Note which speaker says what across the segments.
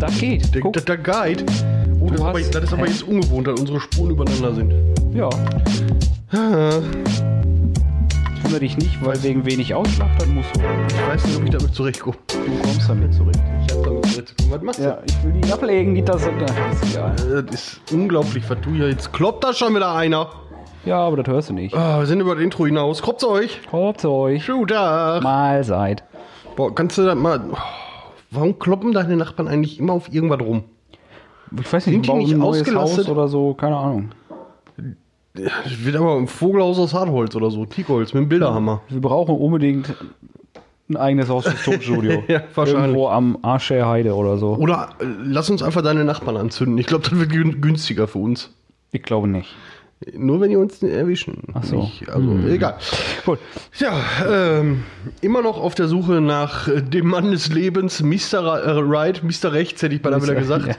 Speaker 1: das geht.
Speaker 2: Der,
Speaker 1: Guck.
Speaker 2: der, der Guide. Oh, das, ist
Speaker 1: hast-
Speaker 2: aber, das ist aber
Speaker 1: hä?
Speaker 2: jetzt ungewohnt, dass unsere Spuren übereinander sind.
Speaker 1: Ja.
Speaker 2: Ah.
Speaker 1: Wundere dich nicht, weil wegen wenig Auslacht, dann musst du.
Speaker 2: Ich weiß nicht, ob ich damit zurechtkomme.
Speaker 1: Du kommst damit zurecht.
Speaker 2: Ich hab damit zurechtzukommen. Was machst
Speaker 1: Ja, Also, ich will die ablegen, die Tasse. Na, ist egal.
Speaker 2: du? Äh, Das ist unglaublich, was du hier jetzt. Kloppt da schon wieder einer?
Speaker 1: Ja, aber das hörst du nicht.
Speaker 2: Ah, wir sind über das Intro hinaus. Kloppt's euch?
Speaker 1: Kommt zu euch.
Speaker 2: Schönen Tag.
Speaker 1: Mahlzeit.
Speaker 2: Boah, kannst du das mal. Oh, Warum kloppen deine Nachbarn eigentlich immer auf irgendwas rum?
Speaker 1: Ich weiß
Speaker 2: Sind
Speaker 1: nicht,
Speaker 2: die
Speaker 1: bauen
Speaker 2: nicht
Speaker 1: ein neues
Speaker 2: ausgelastet?
Speaker 1: Haus oder so, keine Ahnung.
Speaker 2: Das wird aber ein Vogelhaus aus Hartholz oder so. Teakholz mit einem Bilderhammer.
Speaker 1: Wir brauchen unbedingt ein eigenes Haus fürs Tonstudio.
Speaker 2: Ja, wahrscheinlich.
Speaker 1: Irgendwo am Arsch der Heide oder so.
Speaker 2: Oder äh, lass uns einfach deine Nachbarn anzünden. Ich glaube, das wird gün- günstiger für uns.
Speaker 1: Ich glaube nicht.
Speaker 2: Nur wenn die uns erwischen.
Speaker 1: Ach so. Hm.
Speaker 2: Nicht, also, egal.
Speaker 1: Gut.
Speaker 2: Ja, ähm, immer noch auf der Suche nach äh, dem Mann des Lebens, Mr. Ra- äh, Right, Mr. Rechts, hätte ich beinahe wieder gesagt.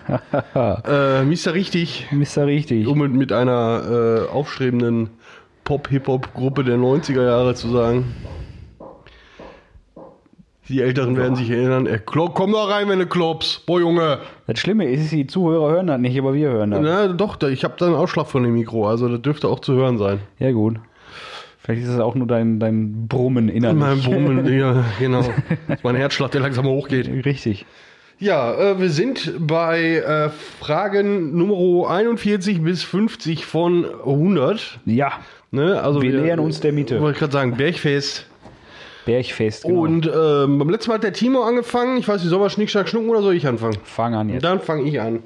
Speaker 2: Äh, Mr. Richtig,
Speaker 1: Mr. Richtig.
Speaker 2: um mit- mit einer äh, aufstrebenden Pop-Hip-Hop-Gruppe der 90er Jahre zu sagen. Die Älteren werden sich erinnern, äh, Klo- komm da rein, wenn du klopfst, boah Junge.
Speaker 1: Das Schlimme ist, die Zuhörer hören das nicht, aber wir hören das.
Speaker 2: Na, doch, da- ich habe da einen Ausschlag von dem Mikro, also das dürfte auch zu hören sein.
Speaker 1: Ja, gut. Vielleicht ist es auch nur dein, dein Brummen innerlich.
Speaker 2: Mein Brummen, ja, genau. Das ist mein Herzschlag, der langsam hochgeht.
Speaker 1: Richtig.
Speaker 2: Ja, äh, wir sind bei äh, Fragen Nummer 41 bis 50 von 100.
Speaker 1: Ja,
Speaker 2: Ne? Also
Speaker 1: Wir nähern uns der Miete.
Speaker 2: Wollte ich gerade sagen, Bergfest.
Speaker 1: Bergfest. Genau.
Speaker 2: Und ähm, beim letzten Mal hat der Timo angefangen. Ich weiß nicht, soll man Schnick, Schnack, Schnucken oder soll ich anfangen?
Speaker 1: fang an jetzt.
Speaker 2: Dann fange ich an.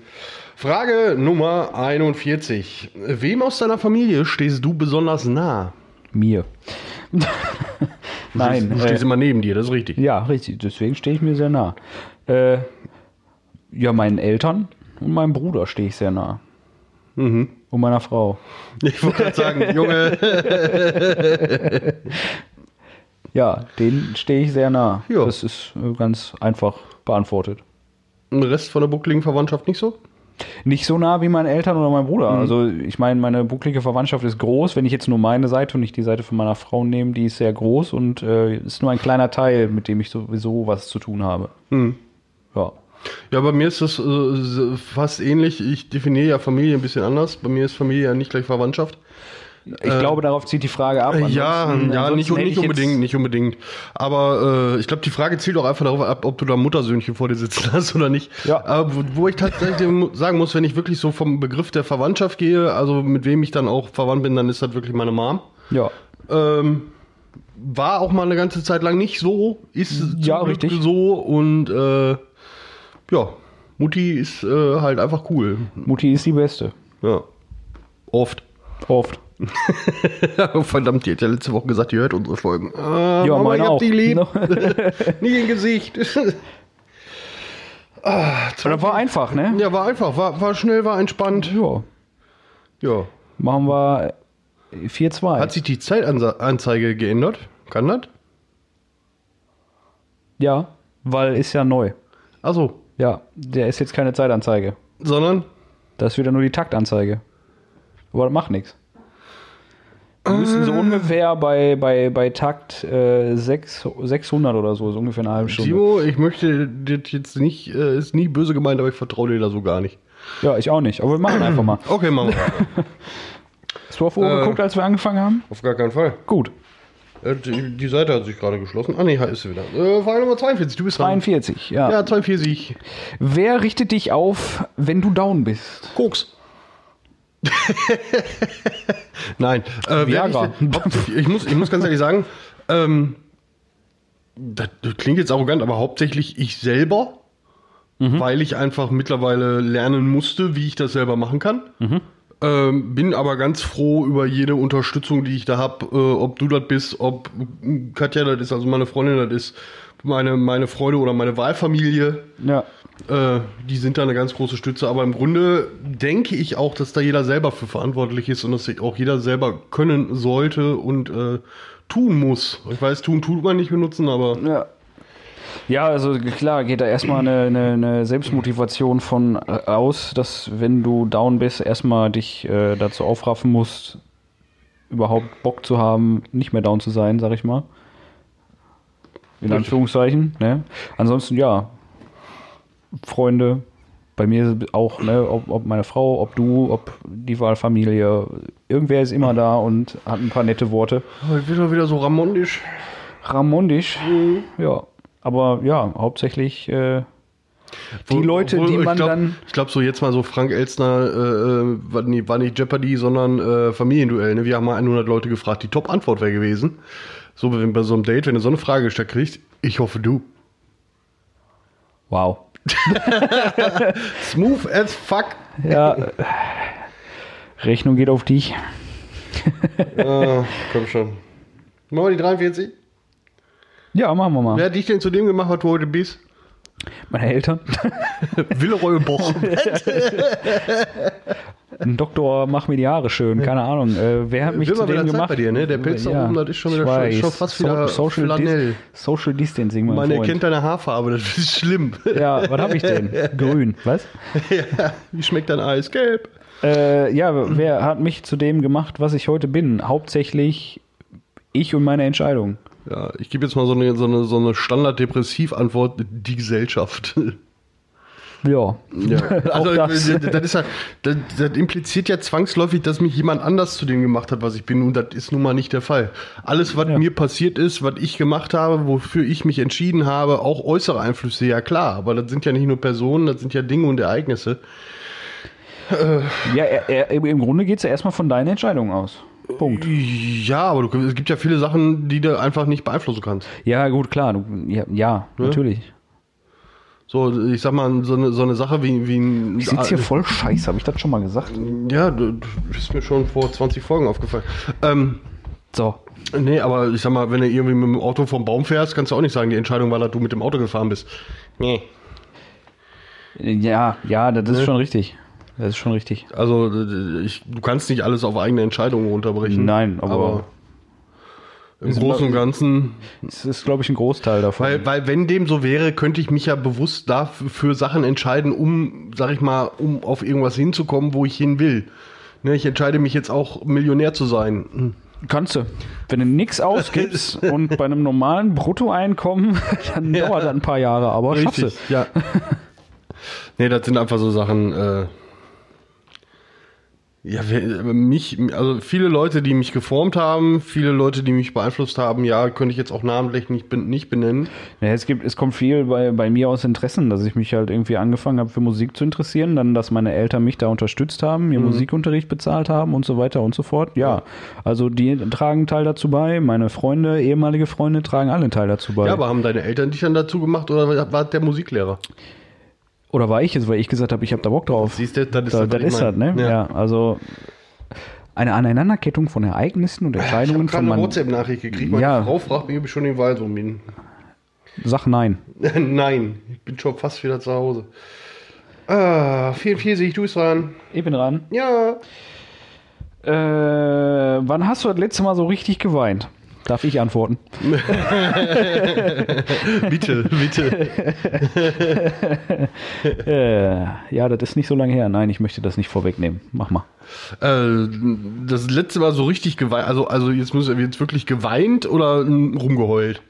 Speaker 2: Frage Nummer 41. Wem aus deiner Familie stehst du besonders nah?
Speaker 1: Mir. Nein.
Speaker 2: Du stehst
Speaker 1: äh,
Speaker 2: immer neben dir, das ist richtig.
Speaker 1: ja, richtig. Deswegen stehe ich mir sehr nah. Äh, ja, meinen Eltern und meinem Bruder stehe ich sehr nah. Und meiner Frau.
Speaker 2: Ich wollte gerade sagen, Junge,
Speaker 1: Ja, denen stehe ich sehr nah.
Speaker 2: Ja.
Speaker 1: Das ist äh, ganz einfach beantwortet.
Speaker 2: den Rest von der buckligen Verwandtschaft nicht so?
Speaker 1: Nicht so nah wie meinen Eltern oder mein
Speaker 2: Mhm.
Speaker 1: Bruder. Also ich meine, meine bucklige Verwandtschaft ist groß. Wenn ich jetzt nur meine Seite und nicht die Seite von meiner Frau nehme, die ist sehr groß und äh, ist nur ein kleiner Teil, mit dem ich sowieso was zu tun habe.
Speaker 2: Mhm.
Speaker 1: Ja.
Speaker 2: Ja, bei mir ist das äh, s- fast ähnlich. Ich definiere ja Familie ein bisschen anders. Bei mir ist Familie ja nicht gleich Verwandtschaft.
Speaker 1: Ich glaube, darauf zieht die Frage ab.
Speaker 2: Äh, ja, hm,
Speaker 1: Ansonsten-
Speaker 2: ja,
Speaker 1: ansonsten
Speaker 2: nicht,
Speaker 1: hätte
Speaker 2: nicht
Speaker 1: ich jetzt-
Speaker 2: unbedingt, nicht unbedingt. Aber äh, ich glaube, die Frage zielt auch einfach darauf ab, ob du da Muttersöhnchen vor dir sitzen hast oder nicht.
Speaker 1: Ja.
Speaker 2: Aber wo, wo ich tatsächlich mu- sagen muss, wenn ich wirklich so vom Begriff der Verwandtschaft gehe, also mit wem ich dann auch verwandt bin, dann ist das wirklich meine Mom.
Speaker 1: Ja.
Speaker 2: Ähm, war auch mal eine ganze Zeit lang nicht so, ist zum
Speaker 1: Ja,
Speaker 2: Glück
Speaker 1: richtig.
Speaker 2: so und äh, ja, Mutti ist äh, halt einfach cool.
Speaker 1: Mutti ist die Beste.
Speaker 2: Ja. Oft.
Speaker 1: Oft.
Speaker 2: Verdammt, die hat ja letzte Woche gesagt, die hört unsere Folgen. Ah,
Speaker 1: Ja,
Speaker 2: Mama,
Speaker 1: meine
Speaker 2: ich hab
Speaker 1: auch. ne?
Speaker 2: die lieb.
Speaker 1: No.
Speaker 2: Nie im Gesicht. ah, zwei-
Speaker 1: Das war einfach, ne?
Speaker 2: ja, war einfach, war, war schnell, war entspannt.
Speaker 1: Ja.
Speaker 2: Ja.
Speaker 1: Machen wir äh, 4-2.
Speaker 2: Hat sich die Zeitanzeige geändert? Kann das?
Speaker 1: ja, weil ist ja neu.
Speaker 2: Achso,
Speaker 1: Ja, der ist jetzt keine Zeitanzeige.
Speaker 2: sondern
Speaker 1: Das ist wieder nur die Taktanzeige. Aber das macht nichts. Wir müssen
Speaker 2: Ah.
Speaker 1: so ungefähr bei, bei, bei Takt äh, 6, 600 oder so, so ungefähr eine halbe Stunde.
Speaker 2: Timo, ich möchte das jetzt nicht, äh, ist nie böse gemeint, aber ich vertraue dir da so gar nicht.
Speaker 1: Ja, ich auch nicht. Aber wir machen einfach mal.
Speaker 2: Okay, machen wir.
Speaker 1: Hast du auf Uhr
Speaker 2: Äh.
Speaker 1: geguckt, als wir angefangen haben?
Speaker 2: Auf gar keinen Fall.
Speaker 1: Gut.
Speaker 2: Äh, Die, die Seite hat sich gerade geschlossen. Ah, nee, da ist sie wieder. Äh, Frage Nummer 42, du bist dran.
Speaker 1: 43, ja.
Speaker 2: Ja, 42.
Speaker 1: Wer richtet dich auf, wenn du down bist?
Speaker 2: Koks. Nein. Äh, wer
Speaker 1: Viagra.
Speaker 2: nicht- hauptsächlich- ich, muss, ich muss ganz ehrlich sagen, ähm, das, das klingt jetzt arrogant, aber hauptsächlich ich selber, weil ich einfach mittlerweile lernen musste, wie ich das selber machen kann. Ähm, bin aber ganz froh über jede Unterstützung, die ich da habe, äh, ob du das bist, ob Katja das ist, also meine Freundin das ist, meine, meine Freude oder meine Wahlfamilie.
Speaker 1: Ja.
Speaker 2: Äh, die sind da eine ganz große Stütze, aber im Grunde denke ich auch, dass da jeder selber für verantwortlich ist und dass sich auch jeder selber können sollte und äh, tun muss. Ich weiß, tun tut man nicht benutzen, aber
Speaker 1: Ja. Ja, also klar, geht da erstmal eine, eine, eine Selbstmotivation von äh, aus, dass wenn du down bist, erstmal dich äh, dazu aufraffen musst, überhaupt Bock zu haben, nicht mehr down zu sein, sag ich mal. In Anführungszeichen. Ne? Ansonsten ja. Freunde, Bei mir auch, ne, ob, ob meine Frau, ob du, ob die Wahlfamilie, irgendwer ist immer da und hat ein paar nette Worte.
Speaker 2: Heute wird er wieder so ramondisch.
Speaker 1: Ramondisch,
Speaker 2: Mhm.
Speaker 1: ja. Aber ja, hauptsächlich äh, die
Speaker 2: Wo-
Speaker 1: Leute,
Speaker 2: obwohl,
Speaker 1: die man
Speaker 2: ich glaub,
Speaker 1: dann.
Speaker 2: Ich glaube, so jetzt mal so Frank Elstner äh, äh, war, nie, war nicht Jeopardy, sondern äh, Familienduell. Ne? Wir haben mal 100 Leute gefragt, die Top-Antwort wäre gewesen. So wenn bei so einem Date, wenn du so eine Frage gestellt kriegst, ich hoffe du.
Speaker 1: Wow.
Speaker 2: Smooth as fuck.
Speaker 1: Ja. äh, Rechnung geht auf dich.
Speaker 2: Ah, komm schon. Machen wir die 43?
Speaker 1: Ja, machen wir mal.
Speaker 2: Wer hat dich denn zu dem gemacht, was du heute bist?
Speaker 1: Meine Eltern.
Speaker 2: Willeroy Boch.
Speaker 1: Ein Doktor, mach mir die Haare schön. Keine Ahnung. Äh, wer hat mich
Speaker 2: Wird
Speaker 1: zu
Speaker 2: mal wieder
Speaker 1: dem
Speaker 2: Zeit
Speaker 1: gemacht?
Speaker 2: bei dir, ne? Der Pelz da oben, das ist schon
Speaker 1: ich
Speaker 2: wieder schon-
Speaker 1: weiß.
Speaker 2: schon fast wieder
Speaker 1: Social,
Speaker 2: Flanell.
Speaker 1: Dis Social Distancing, mein
Speaker 2: Man
Speaker 1: Freund.
Speaker 2: erkennt deine Haarfarbe, das ist schlimm.
Speaker 1: ja, was habe ich denn? Grün, was?
Speaker 2: ja. Wie schmeckt dein Eis? Gelb.
Speaker 1: Äh, ja, wer hat mich zu dem gemacht, was ich heute bin? Hauptsächlich ich und meine Entscheidung.
Speaker 2: Ja, ich gebe jetzt mal so eine, so eine, so eine Standard-Depressiv-Antwort: die Gesellschaft.
Speaker 1: Ja.
Speaker 2: Ja. Also,
Speaker 1: Auch
Speaker 2: das.
Speaker 1: das.
Speaker 2: Das, ist ja, das, das impliziert ja zwangsläufig, dass mich jemand anders zu dem gemacht hat, was ich bin. Und das ist nun mal nicht der Fall. Alles, was
Speaker 1: Ja.
Speaker 2: mir passiert ist, was ich gemacht habe, wofür ich mich entschieden habe, auch äußere Einflüsse, ja klar. Aber das sind ja nicht nur Personen, das sind ja Dinge und Ereignisse.
Speaker 1: Ja, er, er, im Grunde geht es ja erstmal von deinen Entscheidungen aus. Punkt.
Speaker 2: Ja, aber du, es gibt ja viele Sachen, die du einfach nicht beeinflussen kannst.
Speaker 1: Ja, gut, klar. Du, ja, ja, natürlich.
Speaker 2: So, ich sag mal, so eine, so eine Sache wie, wie ein.
Speaker 1: Ich sitze hier voll scheiße, habe ich das schon mal gesagt?
Speaker 2: Ja, du- du bist mir schon vor 20 Folgen aufgefallen. Ähm,
Speaker 1: So.
Speaker 2: nee, aber ich sag mal, wenn du irgendwie mit dem Auto vom Baum fährst, kannst du auch nicht sagen, die Entscheidung war, dass du mit dem Auto gefahren bist. Nee.
Speaker 1: Ja, ja, das ist schon richtig. Das ist schon richtig.
Speaker 2: Also, äh, ich, du kannst nicht alles auf eigene Entscheidungen runterbrechen.
Speaker 1: Nein, aber-
Speaker 2: im Großen und Ganzen.
Speaker 1: Das ist, glaube ich, ein Großteil davon.
Speaker 2: Weil, weil, wenn dem so wäre, könnte ich mich ja bewusst dafür für Sachen entscheiden, um, sag ich mal, um auf irgendwas hinzukommen, wo ich hin will. Ne, ich entscheide mich jetzt auch, Millionär zu sein. Hm.
Speaker 1: Kannst du. Wenn du nichts ausgibst und bei einem normalen Bruttoeinkommen, dann
Speaker 2: Ja.
Speaker 1: dauert das ein paar Jahre, aber schaffst du.
Speaker 2: ja. nee, das sind einfach so Sachen. Äh, ja, wer- mich, also viele Leute, die mich geformt haben, viele Leute, die mich beeinflusst haben, ja, könnte ich jetzt auch namentlich nicht, ben- nicht benennen.
Speaker 1: Ja, es, gibt, es kommt viel bei, bei mir aus Interessen, dass ich mich halt irgendwie angefangen habe, für Musik zu interessieren, dann, dass meine Eltern mich da unterstützt haben,
Speaker 2: Mhm.
Speaker 1: mir Musikunterricht bezahlt haben und so weiter und so fort. Ja, also die tragen einen Teil dazu bei, meine Freunde, ehemalige Freunde tragen alle einen Teil dazu bei.
Speaker 2: Ja, aber haben deine Eltern dich dann dazu gemacht oder war der Musiklehrer?
Speaker 1: Oder war ich es, weil ich gesagt habe, ich habe da Bock drauf.
Speaker 2: Siehst du, das ist
Speaker 1: da,
Speaker 2: das,
Speaker 1: das
Speaker 2: was ich
Speaker 1: ist das,
Speaker 2: meine.
Speaker 1: ne?
Speaker 2: Ja.
Speaker 1: Ja. also eine Aneinanderkettung von Ereignissen und
Speaker 2: Ich habe
Speaker 1: Entscheidungen von
Speaker 2: gerade eine
Speaker 1: meinen
Speaker 2: WhatsApp-Nachricht gekriegt. Meine
Speaker 1: Ja.
Speaker 2: Frau fragt mich, ob ich schon den Wald rum bin.
Speaker 1: Sag nein.
Speaker 2: Nein, ich bin schon fast wieder zu Hause. Ah, 44, du bist dran.
Speaker 1: Ich bin dran.
Speaker 2: Ja.
Speaker 1: Äh, wann hast du das letzte Mal so richtig geweint? Darf ich antworten?
Speaker 2: Bitte, bitte.
Speaker 1: Äh, ja, das ist nicht so lange her. Nein, ich möchte das nicht vorwegnehmen. Mach mal.
Speaker 2: Äh, das letzte Mal so richtig geweint, also, also jetzt müssen wir jetzt wirklich geweint oder mm, rumgeheult?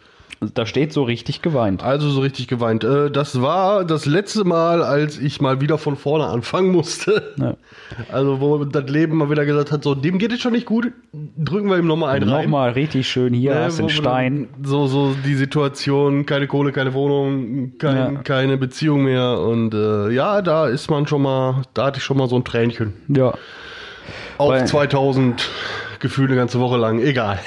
Speaker 1: Da steht so richtig geweint.
Speaker 2: Also so richtig geweint. Äh, das war das letzte Mal, als ich mal wieder von vorne anfangen musste.
Speaker 1: Ja.
Speaker 2: Also wo das Leben mal wieder gesagt hat, so dem geht es schon nicht gut, drücken wir ihm nochmal einen rein.
Speaker 1: Nochmal richtig schön. Hier
Speaker 2: Ne,
Speaker 1: hast du
Speaker 2: wo
Speaker 1: einen
Speaker 2: wir
Speaker 1: Stein.
Speaker 2: dann So, so die Situation, keine Kohle, keine Wohnung, kein,
Speaker 1: Ja.
Speaker 2: keine Beziehung mehr. Und äh, ja, da ist man schon mal, da hatte ich schon mal so ein Tränchen.
Speaker 1: Ja.
Speaker 2: Auf
Speaker 1: Weil-
Speaker 2: 2000 Gefühl eine ganze Woche lang, egal.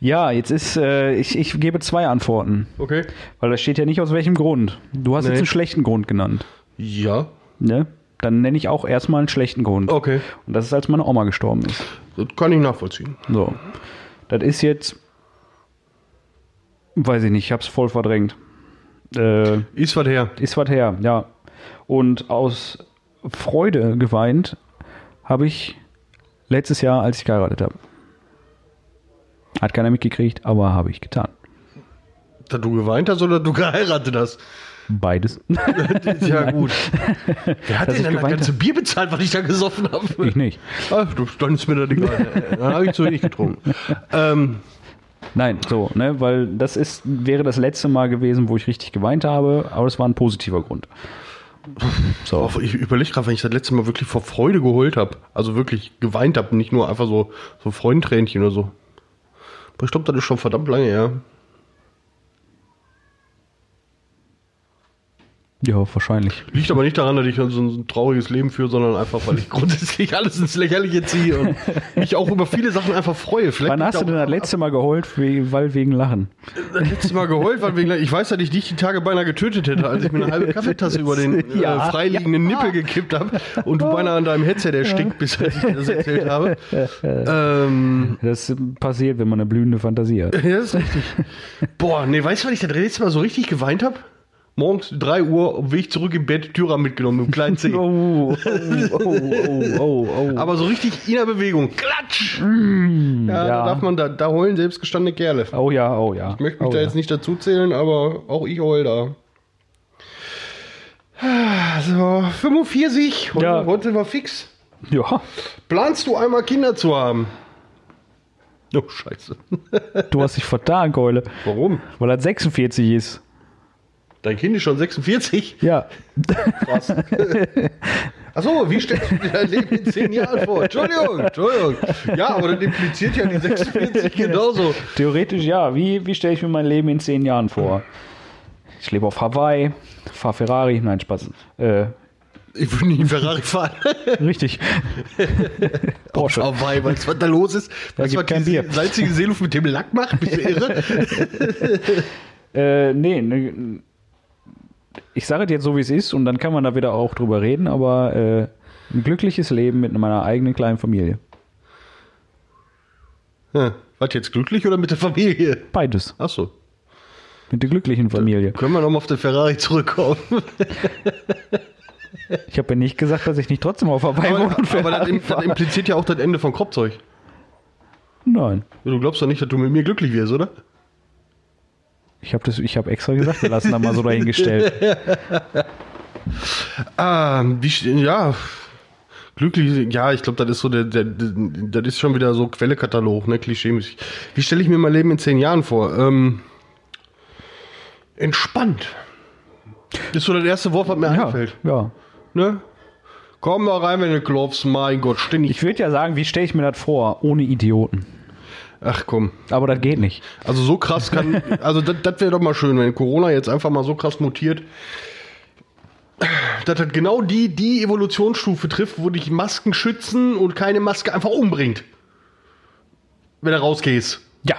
Speaker 1: ja, jetzt ist, äh, ich, ich gebe zwei Antworten.
Speaker 2: Okay.
Speaker 1: Weil da steht ja nicht aus welchem Grund. Du hast
Speaker 2: Nee.
Speaker 1: jetzt einen schlechten Grund genannt.
Speaker 2: Ja.
Speaker 1: Ne? Dann nenne ich auch erstmal einen schlechten Grund.
Speaker 2: Okay.
Speaker 1: Und das ist, als meine Oma gestorben ist.
Speaker 2: Das kann ich nachvollziehen.
Speaker 1: So. Das ist jetzt. Weiß ich nicht, ich hab's voll verdrängt. Äh,
Speaker 2: Ist was her.
Speaker 1: ist was her, ja. Und aus Freude geweint habe ich letztes Jahr, als ich geheiratet habe. Hat keiner mitgekriegt, aber habe ich getan.
Speaker 2: Dass du geweint hast oder du geheiratet hast.
Speaker 1: Beides.
Speaker 2: Das ist ja gut. Wer hat
Speaker 1: Dass
Speaker 2: denn
Speaker 1: ich
Speaker 2: dann das
Speaker 1: geweint
Speaker 2: ganze Bier bezahlt, was ich da gesoffen habe?
Speaker 1: ich nicht.
Speaker 2: Ach, Ah, du, dann ist mir das egal. Dann habe ich zu wenig getrunken. Ähm,
Speaker 1: Nein, so, ne, weil das ist, wäre das letzte Mal gewesen, wo ich richtig geweint habe, aber es war ein positiver Grund. So.
Speaker 2: Ich überlege gerade, wenn ich das letzte Mal wirklich vor Freude geheult habe. Also wirklich geweint habe, nicht nur einfach so, so Freundtränchen oder so. Aber ich glaube, das ist schon verdammt lange, ja.
Speaker 1: Ja, wahrscheinlich.
Speaker 2: Liegt aber nicht daran, dass ich so ein trauriges Leben führe, sondern einfach, weil ich grundsätzlich alles ins Lächerliche ziehe und mich auch über viele Sachen einfach freue. Vielleicht
Speaker 1: Wann hast du
Speaker 2: liegt
Speaker 1: denn das letzte Mal geheult, we- weil wegen Lachen?
Speaker 2: da auch letztes Mal geheult, weil wegen, ich weiß, dass ich dich die Tage beinahe getötet hätte, als ich mir eine halbe Kaffeetasse über den
Speaker 1: Ja,
Speaker 2: äh, freiliegenden Nippel gekippt habe und du beinahe an deinem Headset erstickt bist, als ich dir das erzählt habe. Ähm,
Speaker 1: Das passiert, wenn man eine blühende Fantasie hat.
Speaker 2: Ja, das ist richtig. Boah, nee, weißt du, wann ich das letzte Mal so richtig geweint habe? Morgens 3 Uhr, auf dem Weg zurück im Bett, Türer mitgenommen, mit dem kleinen Zeh.
Speaker 1: Oh, oh, oh, oh, oh.
Speaker 2: Aber so richtig in der Bewegung. Hm. Klatsch! ja,
Speaker 1: Hm, ja.
Speaker 2: da darf man, da, da heulen selbstgestandene Kerle. Ich
Speaker 1: oh ja, oh ja.
Speaker 2: möchte mich
Speaker 1: oh,
Speaker 2: da
Speaker 1: ja.
Speaker 2: jetzt nicht dazu zählen, aber auch ich heul da. Ah, So, 45, heute,
Speaker 1: Ja.
Speaker 2: heute war fix.
Speaker 1: Ja,
Speaker 2: Planst du einmal Kinder zu haben? Oh, scheiße.
Speaker 1: du hast dich vertan, Keule.
Speaker 2: Warum?
Speaker 1: Weil er 46 ist.
Speaker 2: Dein Kind ist schon 46.
Speaker 1: Ja.
Speaker 2: Krass. Achso, wie stellst du dir dein Leben in 10 Jahren vor? Entschuldigung, Entschuldigung. Ja, aber das impliziert ja die 46 genauso.
Speaker 1: Theoretisch ja. Wie, wie stelle ich mir mein Leben in zehn Jahren vor? Ich lebe auf Hawaii, fahre Ferrari. Nein, Spaß. Äh,
Speaker 2: Ich würde nie einen Ferrari fahren.
Speaker 1: richtig. Porsche.
Speaker 2: Oh wei, weißt du, was da los ist? Weißt du,
Speaker 1: gibt
Speaker 2: was
Speaker 1: kein
Speaker 2: die
Speaker 1: Bier.
Speaker 2: salzige Seeluft mit dem Lack macht? Bist du irre?
Speaker 1: Äh, nee, ne, ich sage es jetzt so, wie es ist und dann kann man da wieder auch drüber reden, aber äh, ein glückliches Leben mit meiner eigenen kleinen Familie.
Speaker 2: Hm, Was jetzt glücklich oder mit der Familie?
Speaker 1: Beides.
Speaker 2: Achso.
Speaker 1: Mit der glücklichen Familie.
Speaker 2: Können wir nochmal auf den Ferrari zurückkommen?
Speaker 1: Ich habe ja nicht gesagt, dass ich nicht trotzdem auf Hawaii wohne und
Speaker 2: aber das,
Speaker 1: Ferrari
Speaker 2: im- das
Speaker 1: fahre.
Speaker 2: impliziert ja auch das Ende von Kropzeug.
Speaker 1: Nein.
Speaker 2: Du glaubst doch nicht, dass du mit mir glücklich wirst, oder?
Speaker 1: Ich habe das, ich habe extra gesagt, wir lassen da mal so dahingestellt.
Speaker 2: Ah, wie, sch- ja. Glücklich, ja, ich glaube, das ist so der, der, der, das ist schon wieder so Quellekatalog, ne, klischeemäßig. Wie stelle ich mir mein Leben in zehn Jahren vor? Ähm, entspannt. Das ist so das erste Wort, was mir
Speaker 1: Ja,
Speaker 2: einfällt.
Speaker 1: ja.
Speaker 2: Ne? Komm mal rein, wenn du klopfst, mein Gott, ständig.
Speaker 1: Ich würde ja sagen, wie stelle ich mir das vor, ohne Idioten.
Speaker 2: Ach komm.
Speaker 1: Aber das geht nicht.
Speaker 2: Also so krass kann, also das wäre doch mal schön, wenn Corona jetzt einfach mal so krass mutiert, dass das genau die, die Evolutionsstufe trifft, wo dich Masken schützen und keine Maske einfach umbringt. Wenn du rausgehst.
Speaker 1: Ja.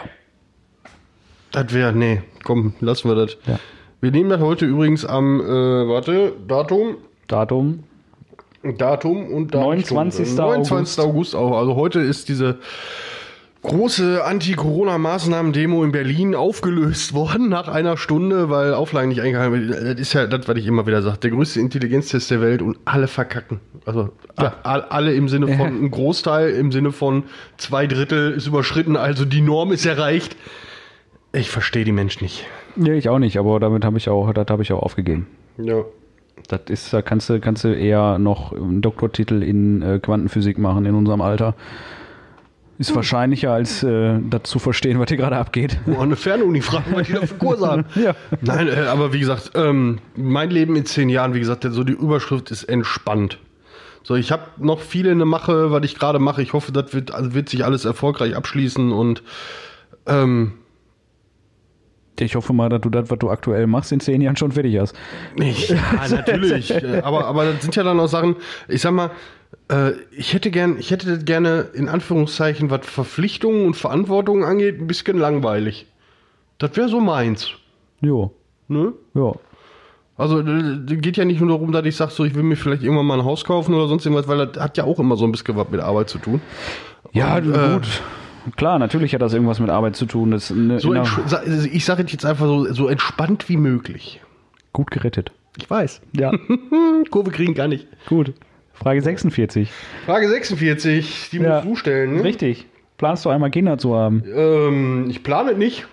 Speaker 2: Das wäre, nee, komm, lassen wir das.
Speaker 1: Ja.
Speaker 2: Wir nehmen das heute übrigens am, äh, warte, Datum,
Speaker 1: Datum.
Speaker 2: Datum und Datum.
Speaker 1: 29.
Speaker 2: 29. August auch. Also heute ist diese große Anti-Corona-Maßnahmen-Demo in Berlin aufgelöst worden nach einer Stunde, weil Auflagen nicht eingehalten werden. Das ist ja das, was ich immer wieder sage. Der größte Intelligenztest der Welt und alle verkacken. Also a- alle im Sinne von ein Großteil, im Sinne von zwei Drittel ist überschritten, also die Norm ist erreicht. Ich verstehe die Menschen nicht.
Speaker 1: Nee, ich auch nicht, aber damit habe ich auch, das habe ich auch aufgegeben.
Speaker 2: Ja.
Speaker 1: Das ist, da kannst du, kannst du eher noch einen Doktortitel in äh, Quantenphysik machen in unserem Alter. Ist wahrscheinlicher, als äh, das zu verstehen, was hier gerade abgeht.
Speaker 2: Boah, eine Fernuni fragen, was die da für Kurse haben.
Speaker 1: Ja.
Speaker 2: Nein, äh, aber wie gesagt, ähm, mein Leben in zehn Jahren, wie gesagt, so die Überschrift ist entspannt. So, ich habe noch viele eine Mache, was ich gerade mache. Ich hoffe, das wird, also wird sich alles erfolgreich abschließen und ähm,
Speaker 1: Ich hoffe mal, dass du das, was du aktuell machst, in zehn Jahren schon fertig hast.
Speaker 2: Ich, ja, natürlich. Äh, aber, aber das sind ja dann auch Sachen, ich sag mal, äh, ich hätte gern, ich hätte das gerne in Anführungszeichen, was Verpflichtungen und Verantwortungen angeht, ein bisschen langweilig. Das wäre so meins.
Speaker 1: Jo,
Speaker 2: Ne?
Speaker 1: ja.
Speaker 2: Also äh, geht ja nicht nur darum, dass ich sage, so, ich will mir vielleicht irgendwann mal ein Haus kaufen oder sonst irgendwas, weil das hat ja auch immer so ein bisschen was mit Arbeit zu tun.
Speaker 1: Ja,
Speaker 2: Und, äh,
Speaker 1: gut. Klar, natürlich hat das irgendwas mit Arbeit zu tun. Das ist ne, eine,
Speaker 2: So
Speaker 1: in einer-
Speaker 2: entsch- sa- äh, ich sage jetzt einfach so, so entspannt wie möglich.
Speaker 1: gut gerettet.
Speaker 2: Ich weiß.
Speaker 1: Ja,
Speaker 2: Kurve kriegen gar nicht.
Speaker 1: gut. Frage 46.
Speaker 2: Frage 46, die
Speaker 1: Ja.
Speaker 2: musst du stellen. Ne?
Speaker 1: Richtig. Planst du einmal Kinder zu haben?
Speaker 2: Ähm, ich plane nicht.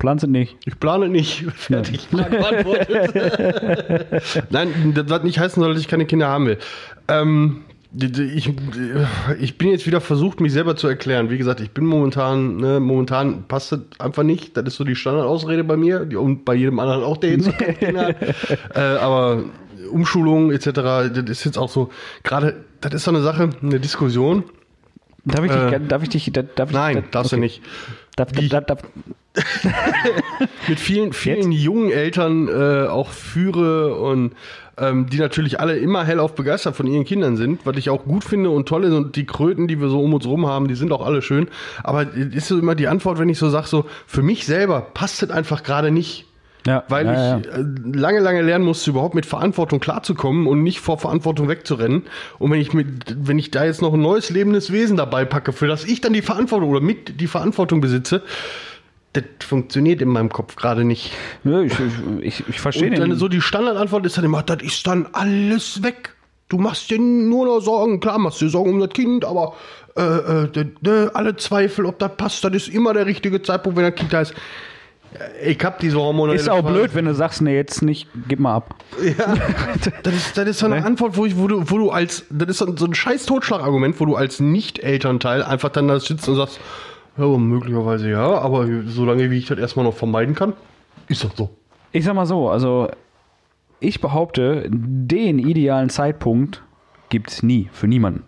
Speaker 1: Planst du nicht?
Speaker 2: Ich plane nicht. Fertig. Frage beantwortet. Nein, das was nicht heißen soll, dass ich keine Kinder haben will. Ähm, die- die- ich, ich bin jetzt wieder versucht, mich selber zu erklären. Wie gesagt, ich bin momentan, ne, momentan passt das einfach nicht. Das ist so die Standardausrede bei mir die- und bei jedem anderen auch, der jetzt so keine Kinder hat. Äh, aber Umschulungen etc., das ist jetzt auch so, gerade, das ist so eine Sache, eine Diskussion.
Speaker 1: Darf ich dich,
Speaker 2: Äh,
Speaker 1: gern- darf ich dich, da- darf ich,
Speaker 2: Nein,
Speaker 1: da-
Speaker 2: darfst
Speaker 1: okay.
Speaker 2: du nicht.
Speaker 1: Darf,
Speaker 2: Wie?
Speaker 1: darf, darf, darf,
Speaker 2: Mit vielen, vielen jungen Eltern äh, auch führe und ähm, die natürlich alle immer hellauf begeistert von ihren Kindern sind, was ich auch gut finde und toll ist. Und die Kröten, die wir so um uns rum haben, die sind auch alle schön. Aber es ist so immer die Antwort, wenn ich so sage, so, für mich selber passt das einfach gerade nicht.
Speaker 1: ja,
Speaker 2: Weil
Speaker 1: ja, ja.
Speaker 2: ich äh, lange, lange lernen musste, überhaupt mit Verantwortung klarzukommen und nicht vor Verantwortung wegzurennen. Und wenn ich, mit, wenn ich da jetzt noch ein neues lebendes Wesen dabei packe, für das ich dann die Verantwortung oder mit die Verantwortung besitze, das funktioniert in meinem Kopf gerade nicht.
Speaker 1: Nö, ich, ich, ich, ich verstehe
Speaker 2: Und
Speaker 1: den.
Speaker 2: dann so die Standardantwort ist dann immer, das ist dann alles weg. Du machst dir nur noch Sorgen. Klar machst du dir Sorgen um das Kind, aber äh, äh, d- d- alle Zweifel, ob das passt, das ist immer der richtige Zeitpunkt, wenn das Kind da ist. Äh, Ich hab diese Hormone.
Speaker 1: ist auch blöd, wenn du sagst, nee, jetzt nicht, gib mal ab.
Speaker 2: Das ist, das ist so eine Antwort, wo, ich, wo, du, wo du als, das ist so ein, so ein scheiß Totschlagargument, wo du als Nicht-Elternteil einfach dann da sitzt und sagst, ja, möglicherweise ja, aber solange wie ich das erstmal noch vermeiden kann, ist das so.
Speaker 1: Ich sag mal so, also ich behaupte, den idealen Zeitpunkt gibt's nie für niemanden.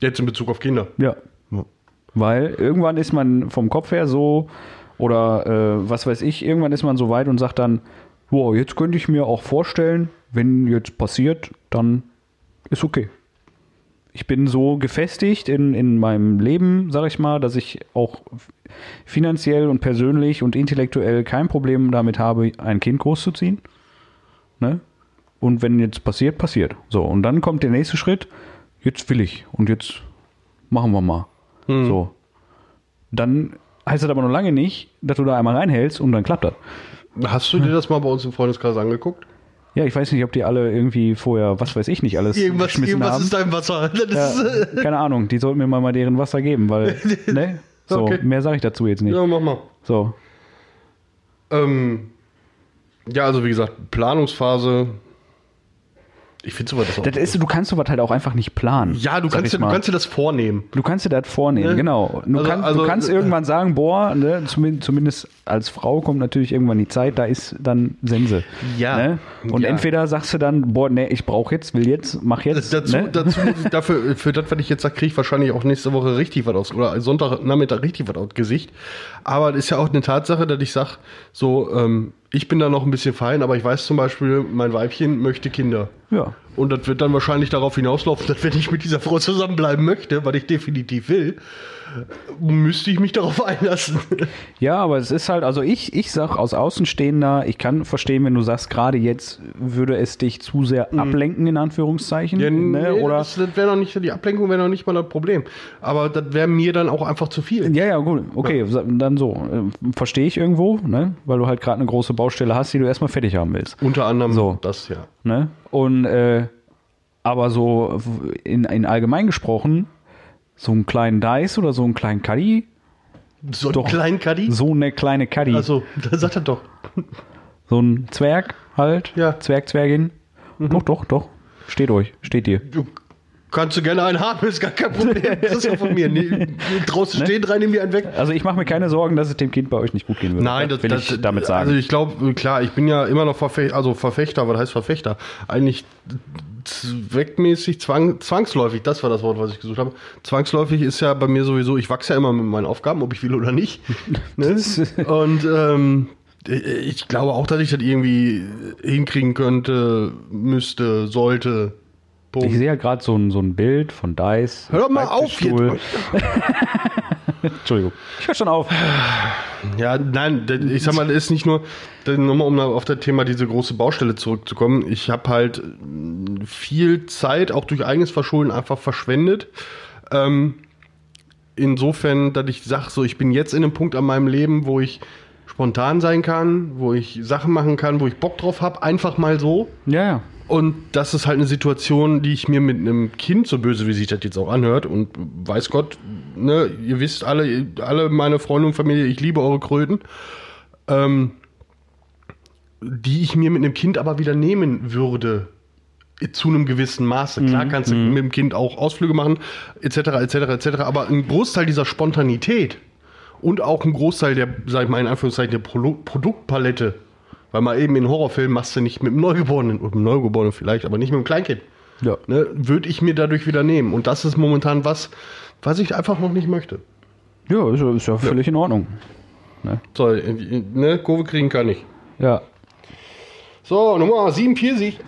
Speaker 2: Jetzt in Bezug auf Kinder.
Speaker 1: Ja.
Speaker 2: Ja.
Speaker 1: Weil irgendwann ist man vom Kopf her so, oder äh, was weiß ich, irgendwann ist man so weit und sagt dann, wow, jetzt könnte ich mir auch vorstellen, wenn jetzt passiert, dann ist okay. Ich bin so gefestigt in, in meinem Leben, sag ich mal, dass ich auch finanziell und persönlich und intellektuell kein Problem damit habe, ein Kind großzuziehen. Ne? Und wenn jetzt passiert, passiert. So, und dann kommt der nächste Schritt, jetzt will ich und jetzt machen wir mal.
Speaker 2: Hm.
Speaker 1: So. Dann heißt das aber noch lange nicht, dass du da einmal reinhältst und dann klappt das.
Speaker 2: Hast du dir das mal bei uns im Freundeskreis angeguckt?
Speaker 1: Ja, ich weiß nicht, ob die alle irgendwie vorher, was weiß ich nicht, alles geschmissen haben.
Speaker 2: dein Wasser. Das ist, äh,
Speaker 1: ja, keine Ahnung, die sollten mir mal, mal deren Wasser geben, weil, ne? So,
Speaker 2: Okay.
Speaker 1: mehr sage ich dazu jetzt nicht.
Speaker 2: ja, mach mal.
Speaker 1: So,
Speaker 2: Ähm, ja, also wie gesagt, Planungsphase. Ich finde sowas auch.
Speaker 1: das ist, du kannst sowas halt auch einfach nicht planen.
Speaker 2: ja, du
Speaker 1: sag
Speaker 2: kannst,
Speaker 1: ich
Speaker 2: dir- du
Speaker 1: mal.
Speaker 2: kannst dir das vornehmen.
Speaker 1: Du kannst dir das vornehmen,
Speaker 2: Ne?
Speaker 1: genau. Du,
Speaker 2: Also-
Speaker 1: kannst-
Speaker 2: also-
Speaker 1: du kannst irgendwann sagen, boah, ne, zumin- zumindest als Frau kommt natürlich irgendwann die Zeit, da ist dann Sense.
Speaker 2: Ja.
Speaker 1: Ne? Und
Speaker 2: Ja.
Speaker 1: entweder sagst du dann, boah, ne, ich brauche jetzt, will jetzt, mach jetzt.
Speaker 2: Also Dazu,
Speaker 1: ne?
Speaker 2: dazu muss ich dafür, für das, was ich jetzt sage, kriege ich wahrscheinlich auch nächste Woche richtig was aus oder Sonntagnachmittag richtig was aus Gesicht. Aber das ist ja auch eine Tatsache, dass ich sage, so, ähm, ich bin da noch ein bisschen fein, aber ich weiß zum Beispiel, mein Weibchen möchte Kinder.
Speaker 1: Ja.
Speaker 2: Und das wird dann wahrscheinlich darauf hinauslaufen, dass wenn ich mit dieser Frau zusammenbleiben möchte, was ich definitiv will, müsste ich mich darauf einlassen.
Speaker 1: ja, aber es ist halt, also ich, ich sag aus Außenstehender, ich kann verstehen, wenn du sagst, gerade jetzt würde es dich zu sehr ablenken, in Anführungszeichen. ne? Oder,
Speaker 2: Mhm. das, das wäre noch nicht, die Ablenkung wäre noch nicht mal das Problem. Aber das wäre mir dann auch einfach zu viel.
Speaker 1: Ja, ja, gut. Okay, sa- dann so. Ähm, Verstehe ich irgendwo, ne? weil du halt gerade eine große Baustelle hast, die du erstmal fertig haben willst.
Speaker 2: Unter anderem
Speaker 1: So.
Speaker 2: das, ja.
Speaker 1: Ne? Und äh, aber so w- in, in allgemein gesprochen, so einen kleinen Dice oder so einen kleinen Caddy,
Speaker 2: So einen
Speaker 1: Doch.
Speaker 2: kleinen Caddy?
Speaker 1: so eine kleine Caddy,
Speaker 2: Also, dann sagt er doch.
Speaker 1: so ein Zwerg halt,
Speaker 2: Ja. Mhm.
Speaker 1: Zwerg, Zwergin. Doch, doch, doch. Steht euch, steht dir.
Speaker 2: Du kannst du gerne einen haben, ist gar kein Problem. Das ist ja von mir. Nee, draußen
Speaker 1: Ne?
Speaker 2: stehen, rein, nimm dir einen weg.
Speaker 1: Also ich mache mir keine Sorgen, dass es dem Kind bei euch nicht gut gehen wird.
Speaker 2: Nein, das,
Speaker 1: will
Speaker 2: das,
Speaker 1: ich damit sagen.
Speaker 2: Also ich glaube, klar, ich bin ja immer noch Verfechter, also Verfechter, was heißt Verfechter? Eigentlich zweckmäßig, zwang, zwangsläufig, das war das Wort, was ich gesucht habe. Zwangsläufig ist ja bei mir sowieso, ich wachse ja immer mit meinen Aufgaben, ob ich will oder nicht. ne? Und ähm, ich glaube auch, dass ich das irgendwie hinkriegen könnte, müsste, sollte. Punkt.
Speaker 1: ich sehe ja gerade so ein, so ein Bild von Dice.
Speaker 2: Hör doch mal auf
Speaker 1: Schreibtischstuhl. Entschuldigung. Ich höre schon auf.
Speaker 2: Ja, nein, d- ich sag mal, das ist nicht nur, d- nochmal um auf das Thema diese große Baustelle zurückzukommen. Ich habe halt mm, viel Zeit, auch durch eigenes Verschulden, einfach verschwendet. Ähm, insofern, dass ich sage, so, ich bin jetzt in einem Punkt an meinem Leben, wo ich spontan sein kann, wo ich Sachen machen kann, wo ich Bock drauf habe, einfach mal so.
Speaker 1: Ja, ja.
Speaker 2: Und das ist halt eine Situation, die ich mir mit einem Kind, so böse wie sich das jetzt auch anhört, und weiß Gott, ne, ihr wisst alle, alle meine Freunde und Familie, ich liebe eure Kröten, ähm, die ich mir mit einem Kind aber wieder nehmen würde. Zu einem gewissen Maße. Klar kannst du mit dem Kind auch Ausflüge machen, etc., etc., etc., aber ein Großteil dieser Spontanität und auch ein Großteil der, sag ich mal in Anführungszeichen, der Pro Produktpalette, Weil mal eben in Horrorfilm machst du nicht mit dem Neugeborenen, oder mit dem Neugeborenen vielleicht, aber nicht mit dem Kleinkind.
Speaker 1: Ja.
Speaker 2: Ne, Würde ich mir dadurch wieder nehmen. Und das ist momentan was, was ich einfach noch nicht möchte.
Speaker 1: Ja, ist, ja- ist ja völlig in Ordnung.
Speaker 2: So, äh, ne, Kurve kriegen kann ich.
Speaker 1: Ja.
Speaker 2: So, Nummer 47.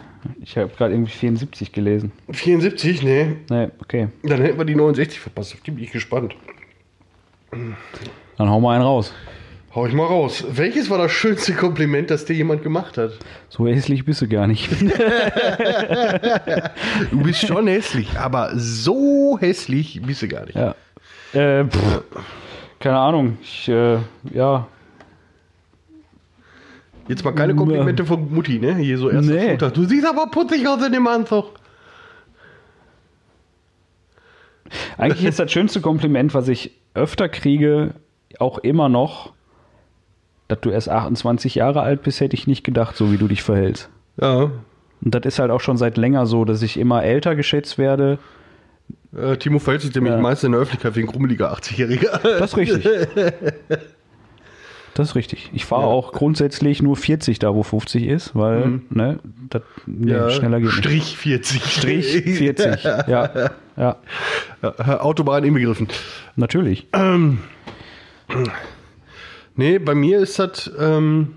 Speaker 1: Ich habe gerade irgendwie 74 gelesen.
Speaker 2: 74, ne.
Speaker 1: Nee, okay.
Speaker 2: Dann hätten wir die 69 verpasst. Auf die bin ich gespannt.
Speaker 1: Dann hau mal einen raus.
Speaker 2: Hau ich mal raus. Welches war das schönste Kompliment, das dir jemand gemacht hat?
Speaker 1: So hässlich bist du gar nicht.
Speaker 2: Du bist schon hässlich, aber so hässlich bist du gar nicht.
Speaker 1: ja. Äh, pff, keine Ahnung. Ich, äh, ja.
Speaker 2: Jetzt mal keine Komplimente von Mutti, ne? Hier so erst
Speaker 1: Nee.
Speaker 2: Du siehst aber putzig aus in dem Anzug.
Speaker 1: Eigentlich ist das schönste Kompliment, was ich öfter kriege, auch immer noch, dass du erst 28 Jahre alt bist, hätte ich nicht gedacht, so wie du dich verhältst.
Speaker 2: Ja.
Speaker 1: Und das ist halt auch schon seit länger so, dass ich immer älter geschätzt werde.
Speaker 2: Äh, Timo verhält sich nämlich
Speaker 1: Ja.
Speaker 2: meist in der Öffentlichkeit wie ein grummeliger 80-Jähriger.
Speaker 1: Das ist richtig. Das ist richtig. Ich fahre auch grundsätzlich nur 40 da, wo 50 ist, weil, ne, das, nee, schneller geht nicht.
Speaker 2: Strich 40.
Speaker 1: Strich 40. Ja, ja,
Speaker 2: Äh, Autobahn inbegriffen.
Speaker 1: natürlich.
Speaker 2: Nee, bei mir ist das. Ähm,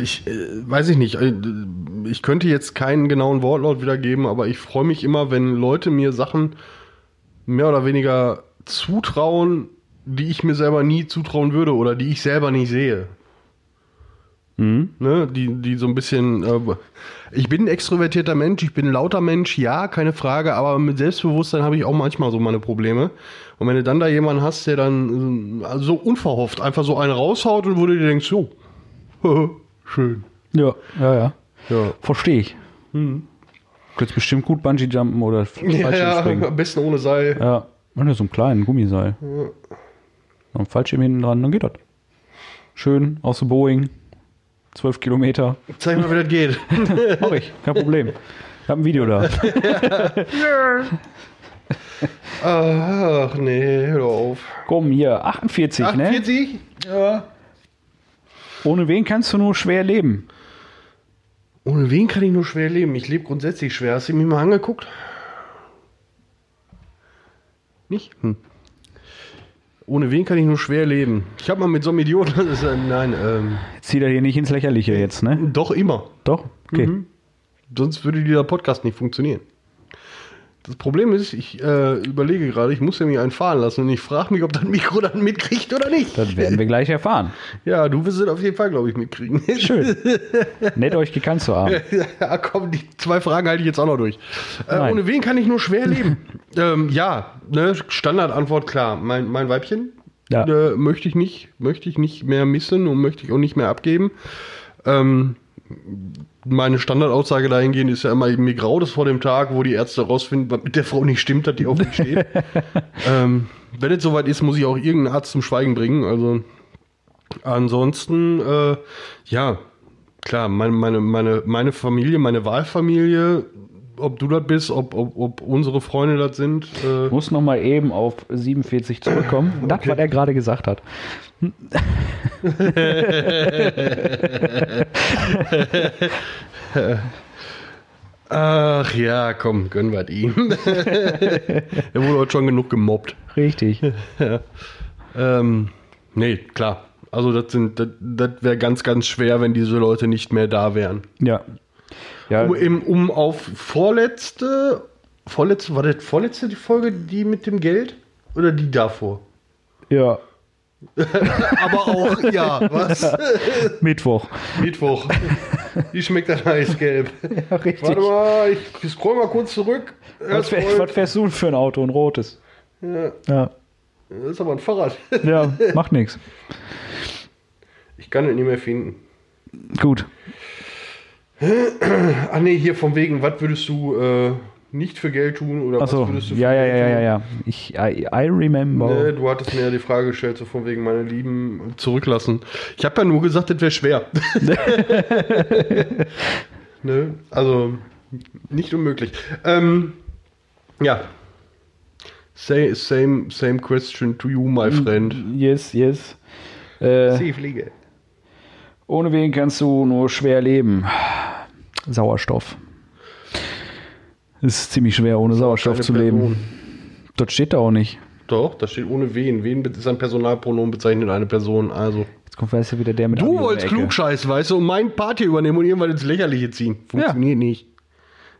Speaker 2: ich äh, weiß ich nicht. Äh, Ich könnte jetzt keinen genauen Wortlaut wiedergeben, aber ich freue mich immer, wenn Leute mir Sachen mehr oder weniger zutrauen, die ich mir selber nie zutrauen würde oder die ich selber nicht sehe. Ne, die, die so ein bisschen. Äh, ich bin ein extrovertierter Mensch, ich bin ein lauter Mensch, ja, keine Frage, aber mit Selbstbewusstsein habe ich auch manchmal so meine Probleme. Und wenn du dann da jemanden hast, der dann äh, so unverhofft einfach so einen raushaut und wo du dir denkst, so, schön.
Speaker 1: Ja, ja, ja.
Speaker 2: Ja.
Speaker 1: Verstehe ich. Du könntest bestimmt gut Bungee-Jumpen oder
Speaker 2: Ja, ja,
Speaker 1: Fallschirmspringen.
Speaker 2: am besten ohne Seil.
Speaker 1: Ja, ja. Und so einen kleinen Gummiseil. Noch ein Fallschirm hinten dran, dann geht das. Schön, aus der Boeing. 12 Kilometer.
Speaker 2: Zeig mal, wie das geht.
Speaker 1: Mach ich, kein Problem. Ich habe ein Video da.
Speaker 2: Äh, Ach nee, hör doch auf.
Speaker 1: Komm hier, 48, ne?
Speaker 2: 48? Ja.
Speaker 1: Ohne wen kannst du nur schwer leben?
Speaker 2: Ohne wen kann ich nur schwer leben? Ich lebe grundsätzlich schwer. Hast du mich mal angeguckt? Nicht? Hm. Ohne wen kann ich nur schwer leben? Ich habe mal mit so einem Idioten. Das ist, äh, nein, ähm,
Speaker 1: Jetzt zieht er hier nicht ins Lächerliche jetzt, ne?
Speaker 2: doch immer.
Speaker 1: Doch? Okay.
Speaker 2: Mhm. Sonst würde dieser Podcast nicht funktionieren. Das Problem ist, ich äh, überlege gerade, ich muss ja mir einen fahren lassen und ich frage mich, ob das Mikro dann mitkriegt oder nicht.
Speaker 1: Das werden wir gleich erfahren.
Speaker 2: Ja, du wirst es auf jeden Fall, glaube ich, mitkriegen.
Speaker 1: Schön. Nett euch gekannt zu haben.
Speaker 2: ja, komm, die zwei Fragen halte ich jetzt auch noch durch. Äh,
Speaker 1: Nein.
Speaker 2: ohne wen kann ich nur schwer leben? ähm, ja, ne, Standardantwort klar. Mein, mein Weibchen
Speaker 1: Ja.
Speaker 2: äh, möchte ich nicht, möchte ich nicht mehr missen und möchte ich auch nicht mehr abgeben. Ähm, meine Standardaussage dahingehend ist ja immer, mir graut es vor dem Tag, wo die Ärzte rausfinden, was mit der Frau nicht stimmt, dass die auf mich steht. ähm, wenn es soweit ist, muss ich auch irgendeinen Arzt zum Schweigen bringen. Also ansonsten, äh, ja, klar, meine, meine, meine, meine Familie, meine Wahlfamilie, ob du das bist, ob, ob, ob unsere Freunde das sind. Äh,
Speaker 1: Ich muss noch mal eben auf 47 zurückkommen. Das, was er gerade gesagt hat.
Speaker 2: Ach ja, komm, gönnen wir ihm. er wurde heute schon genug gemobbt.
Speaker 1: Richtig.
Speaker 2: Ähm, nee, klar. Also das sind, das, das wäre ganz, ganz schwer, wenn diese Leute nicht mehr da wären.
Speaker 1: Ja. Ja,
Speaker 2: Um, im- um auf vorletzte, vorletzte, war das vorletzte die Folge, die mit dem Geld? Oder die davor?
Speaker 1: ja.
Speaker 2: Aber auch, ja, was?
Speaker 1: Mittwoch.
Speaker 2: Mittwoch. Die schmeckt dann heißgelb.
Speaker 1: Ja, richtig.
Speaker 2: Warte mal, ich scroll mal kurz zurück.
Speaker 1: Was, fähr, was fährst du denn für ein Auto? Ein rotes.
Speaker 2: Ja,
Speaker 1: Ja.
Speaker 2: das ist aber ein Fahrrad.
Speaker 1: Ja, macht nichts.
Speaker 2: Ich kann es nicht mehr finden.
Speaker 1: Gut.
Speaker 2: Ah nee, hier von wegen, was würdest du äh, nicht für Geld tun oder
Speaker 1: Achso.
Speaker 2: was würdest du für
Speaker 1: Ja, ja, ja,
Speaker 2: Geld
Speaker 1: ja, ja,
Speaker 2: tun?
Speaker 1: ja. Ich, I, I remember.
Speaker 2: Nee, du hattest mir ja die Frage gestellt, so von wegen meine Lieben zurücklassen. Ich habe ja nur gesagt, das wäre schwer. ne? Also nicht unmöglich. Ähm, ja. Say,
Speaker 1: Hm.
Speaker 2: same, same question to you, my friend.
Speaker 1: Yes, yes. Äh,
Speaker 2: Sie fliege.
Speaker 1: Ohne wen kannst du nur schwer leben. Sauerstoff. Es ist ziemlich schwer, ohne Sauerstoff
Speaker 2: Keine
Speaker 1: zu
Speaker 2: Person.
Speaker 1: leben. Dort steht da auch nicht.
Speaker 2: Doch, da steht ohne wen. Wen ist ein Personalpronomen bezeichnet eine Person? Also.
Speaker 1: Jetzt kommt weißt du wieder der mit Abi
Speaker 2: Du
Speaker 1: um die
Speaker 2: wolltest
Speaker 1: Ecke.
Speaker 2: klugscheiß, weißt du, und mein Part hier übernehmen und irgendwann ins Lächerliche ziehen. Funktioniert nicht.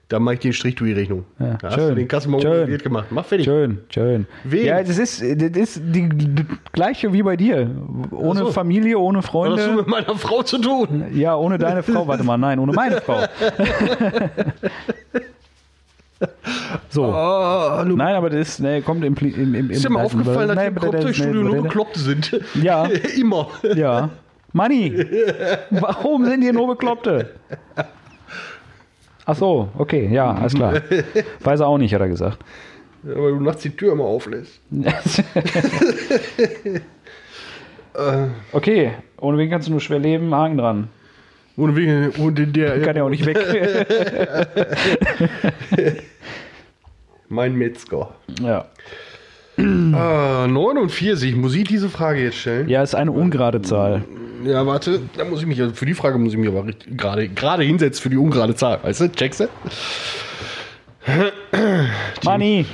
Speaker 2: Da mach ich den Strich durch die Rechnung.
Speaker 1: Ja,
Speaker 2: da hast
Speaker 1: schön.
Speaker 2: du den Kassenbon
Speaker 1: Schön.
Speaker 2: motiviert gemacht. Mach fertig.
Speaker 1: Schön, schön.
Speaker 2: Wen?
Speaker 1: Ja, das ist, das ist die die gleiche wie bei dir. Ohne
Speaker 2: Ach so.
Speaker 1: Familie, ohne
Speaker 2: Was hast du
Speaker 1: Freunde.
Speaker 2: mit meiner Frau zu tun?
Speaker 1: Ja, ohne deine Frau. Warte mal, nein, ohne meine Frau. so.
Speaker 2: Ah, du
Speaker 1: Nein, aber das ist, nee, kommt im, Pli- im, im, im
Speaker 2: ist dir mal
Speaker 1: Leiten-
Speaker 2: aufgefallen, dass wir
Speaker 1: Nein,
Speaker 2: im
Speaker 1: bitte, das-
Speaker 2: Kopfzeugstudio
Speaker 1: nee,
Speaker 2: nur
Speaker 1: bitte.
Speaker 2: bekloppt sind.
Speaker 1: Ja.
Speaker 2: Immer.
Speaker 1: Ja. Manni, warum sind hier nur Bekloppte? Ach so, okay, ja, alles klar. Weiß er auch nicht, hat er gesagt.
Speaker 2: Ja, Weil du nachts die Tür immer auflässt.
Speaker 1: okay, ohne wen kannst du nur schwer leben? Haken dran.
Speaker 2: Ohne wen, ohne der.
Speaker 1: Kann ja auch nicht weg.
Speaker 2: Mein Metzger.
Speaker 1: ja.
Speaker 2: Ah, 49. Muss ich diese Frage jetzt stellen?
Speaker 1: ja, ist eine ungerade Zahl.
Speaker 2: Ja, warte, da muss ich mich, also für die Frage muss ich mich aber richtig- gerade, gerade hinsetzen für die ungerade Zahl, weißt du? Checkst du?
Speaker 1: Manni,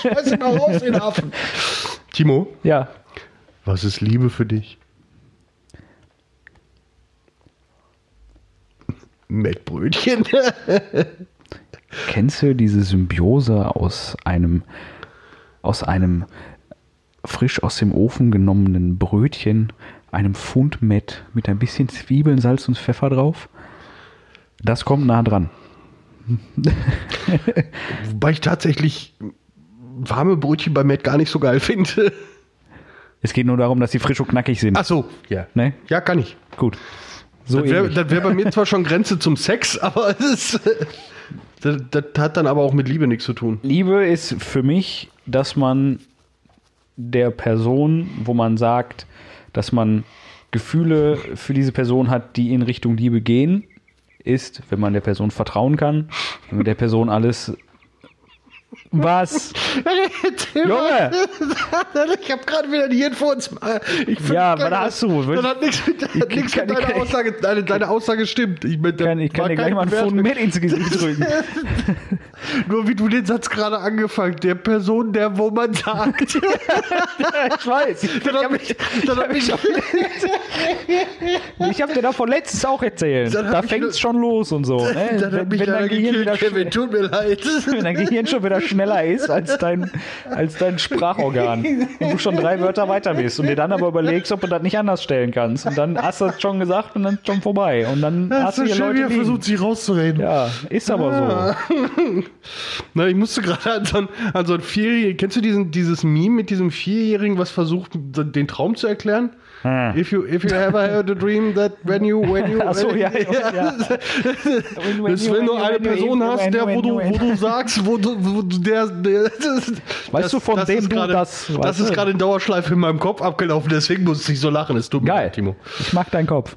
Speaker 2: Schmeiß ihn mal raus in den Hafen. Timo,
Speaker 1: ja.
Speaker 2: was ist Liebe für dich? Mettbrötchen.
Speaker 1: Kennst du diese Symbiose aus einem, aus einem frisch aus dem Ofen genommenen Brötchen, einem Pfund Mett mit ein bisschen Zwiebeln, Salz und Pfeffer drauf? Das kommt nah dran.
Speaker 2: Wobei ich tatsächlich warme Brötchen bei Matt gar nicht so geil finde.
Speaker 1: Es geht nur darum, dass die frisch und knackig sind.
Speaker 2: Ach so, ja.
Speaker 1: Ne?
Speaker 2: Ja, kann ich.
Speaker 1: Gut. So
Speaker 2: das wäre
Speaker 1: ähnlich.
Speaker 2: wär bei mir zwar schon Grenze zum Sex, aber es ist, das, das hat dann aber auch mit Liebe nichts zu tun.
Speaker 1: Liebe ist für mich, dass man der Person, wo man sagt, dass man Gefühle für diese Person hat, die in Richtung Liebe gehen, ist, wenn man der Person vertrauen kann, wenn man der Person alles. Was? Junge!
Speaker 2: Ich habe gerade wieder die Hirnfurz. Ich find-
Speaker 1: Ja, was hast du?
Speaker 2: Das hat nichts mit, das hat
Speaker 1: Ich
Speaker 2: nichts
Speaker 1: kann-
Speaker 2: mit
Speaker 1: ich
Speaker 2: deiner
Speaker 1: kann-
Speaker 2: Aussage. Deine, deine Aussage stimmt. Ich, mein, da
Speaker 1: Kann, ich kann
Speaker 2: war
Speaker 1: dir gleich
Speaker 2: keine
Speaker 1: mal einen Pfund mit
Speaker 2: Bewertung.
Speaker 1: ins Gesicht drücken.
Speaker 2: Nur wie du den Satz gerade angefangen, der Person, der wo man sagt.
Speaker 1: Ich weiß. Ich
Speaker 2: Dann hab
Speaker 1: habe
Speaker 2: ich, dann hab ich,
Speaker 1: hab dir davon letztens auch erzählt.
Speaker 2: Dann hab
Speaker 1: Da
Speaker 2: ich
Speaker 1: fängt
Speaker 2: nur-
Speaker 1: es schon los und so. Ne?
Speaker 2: dann hab ich leider gekillt, Kevin, tut mir leid.
Speaker 1: wenn dein Gehirn schon wieder schneller ist als dein, als dein Sprachorgan und du schon drei Wörter weiter bist und dir dann aber überlegst, ob du das nicht anders stellen kannst. Und dann hast du das schon gesagt und dann ist schon vorbei. Und dann hast
Speaker 2: Hast
Speaker 1: du
Speaker 2: du
Speaker 1: hier
Speaker 2: schon
Speaker 1: Leute
Speaker 2: wieder
Speaker 1: liegen.
Speaker 2: versucht, sie rauszureden?
Speaker 1: Ja, ist aber
Speaker 2: Na, ich musste gerade an so ein, an so ein Vierjährigen. Kennst du diesen, dieses Meme mit diesem Vierjährigen, was versucht, den Traum zu erklären? If you if you ever had a dream that when you when you
Speaker 1: Ach so, ja, ja, ja. so.
Speaker 2: Dass wenn du eine Person hast, der, wo, du, wo du sagst, wo du, wo du der, der
Speaker 1: Weißt du, von dem
Speaker 2: ist
Speaker 1: du
Speaker 2: gerade,
Speaker 1: das-
Speaker 2: Das
Speaker 1: weißt
Speaker 2: ist
Speaker 1: du?
Speaker 2: gerade in Dauerschleife in meinem Kopf abgelaufen, deswegen muss ich so lachen. Es tut mir
Speaker 1: Geil.
Speaker 2: leid, Timo.
Speaker 1: Ich mag deinen Kopf.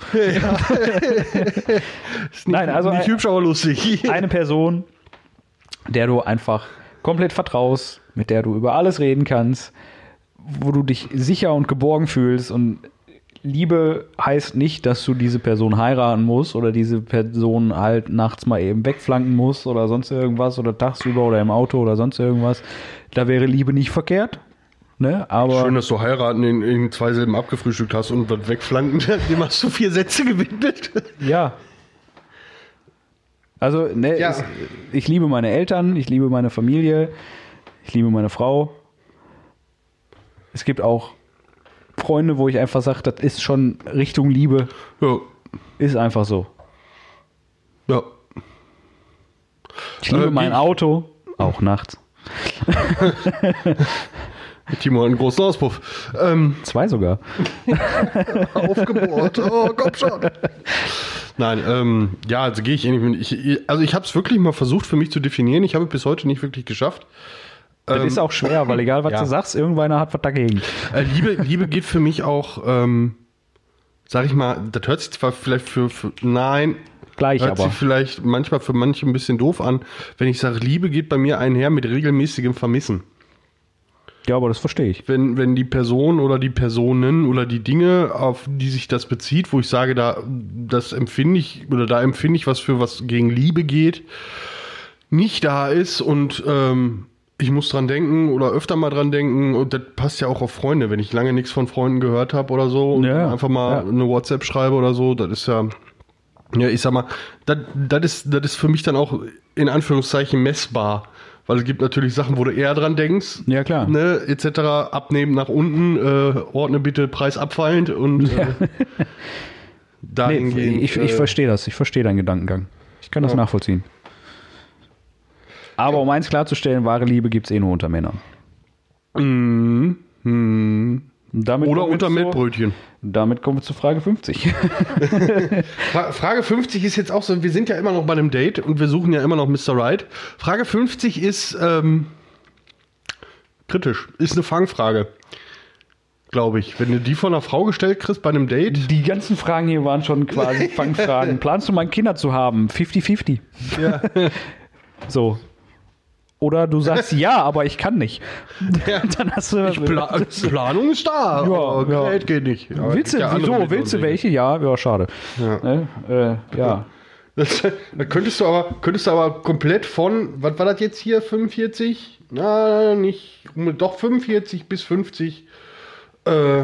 Speaker 2: Ist
Speaker 1: Nein, also
Speaker 2: nicht
Speaker 1: ein-
Speaker 2: hübsch, aber lustig.
Speaker 1: eine Person, der du einfach komplett vertraust, mit der du über alles reden kannst, wo du dich sicher und geborgen fühlst und Liebe heißt nicht, dass du diese Person heiraten musst oder diese Person halt nachts mal eben wegflanken musst oder sonst irgendwas oder tagsüber oder im Auto oder sonst irgendwas. Da wäre Liebe nicht verkehrt. Ne? Aber
Speaker 2: Schön, dass du heiraten in, in zwei Silben abgefrühstückt hast und was wegflanken. Dem hast du vier Sätze gewidmet.
Speaker 1: Ja. Also, ne,
Speaker 2: Ja.
Speaker 1: Es, ich liebe meine Eltern, ich liebe meine Familie, ich liebe meine Frau. Es gibt auch Freunde, wo ich einfach sage, das ist schon Richtung Liebe,
Speaker 2: Ja.
Speaker 1: ist einfach so.
Speaker 2: ja.
Speaker 1: Ich liebe
Speaker 2: Äh,
Speaker 1: mein
Speaker 2: ich-
Speaker 1: Auto, auch nachts.
Speaker 2: Timo hat einen großen Auspuff. Ähm,
Speaker 1: Zwei sogar.
Speaker 2: aufgebohrt. Oh, komm schon. Nein, ähm, ja, also gehe ich ähnlich mit. Ich, also ich habe es wirklich mal versucht für mich zu definieren. Ich habe es bis heute nicht wirklich geschafft.
Speaker 1: Das ist auch schwer, weil egal was
Speaker 2: Ähm. ja.
Speaker 1: du sagst, irgendeiner hat was dagegen.
Speaker 2: Äh, Liebe, Liebe geht für mich auch, ähm, sag ich mal, das hört sich zwar vielleicht für, für nein,
Speaker 1: Gleich
Speaker 2: hört
Speaker 1: aber.
Speaker 2: sich vielleicht manchmal für manche ein bisschen doof an, wenn ich sage, Liebe geht bei mir einher mit regelmäßigem Vermissen.
Speaker 1: Ja, aber das verstehe ich.
Speaker 2: wenn, wenn die Person oder die Personen oder die Dinge, auf die sich das bezieht, wo ich sage, da das empfinde ich oder da empfinde ich was für was gegen Liebe geht, nicht da ist und ähm, ich muss dran denken oder öfter mal dran denken und das passt ja auch auf Freunde, wenn ich lange nichts von Freunden gehört habe oder so und
Speaker 1: Ja,
Speaker 2: einfach mal
Speaker 1: ja.
Speaker 2: eine WhatsApp schreibe oder so, das ist ja ja, ich sag mal, das das ist, das ist für mich dann auch in Anführungszeichen messbar. Weil es gibt natürlich Sachen, wo du eher dran denkst.
Speaker 1: Ja, klar.
Speaker 2: Ne, etc. Abnehmen nach unten, äh, ordne bitte Preis abfallend und äh,
Speaker 1: Nee,
Speaker 2: dahingehend.
Speaker 1: ich ich
Speaker 2: äh,
Speaker 1: verstehe das. Ich verstehe deinen Gedankengang. Ich kann das nachvollziehen. Aber um eins klarzustellen, wahre Liebe gibt es eh nur unter Männern. Und Damit
Speaker 2: Mhm. Oder
Speaker 1: kommen wir
Speaker 2: unter
Speaker 1: zu-
Speaker 2: Mettbrötchen.
Speaker 1: Damit kommen wir zu Frage 50.
Speaker 2: Fra Frage 50 ist jetzt auch so, wir sind ja immer noch bei einem Date und wir suchen ja immer noch Mr. Right. Frage 50 ist ähm, kritisch, ist eine Fangfrage. Glaube ich. Wenn du die von einer Frau gestellt kriegst bei einem Date,
Speaker 1: Die ganzen Fragen hier waren schon quasi Fangfragen. Planst du mal Kinder zu haben? 50-50. so. Oder du sagst ja, aber ich kann nicht. Dann hast du.
Speaker 2: Pla Planung ist da,
Speaker 1: Ja,
Speaker 2: aber
Speaker 1: ja.
Speaker 2: Geld geht nicht. Aber
Speaker 1: willst du,
Speaker 2: gibt ja andere
Speaker 1: wieso?
Speaker 2: Methoden.
Speaker 1: Willst du welche? Ja, ja, schade.
Speaker 2: Ja.
Speaker 1: Ne? Äh, ja.
Speaker 2: Das, da könntest du aber, könntest du aber komplett von, was war das jetzt hier, 45? Na, nicht, um doch 45 bis 50. Äh,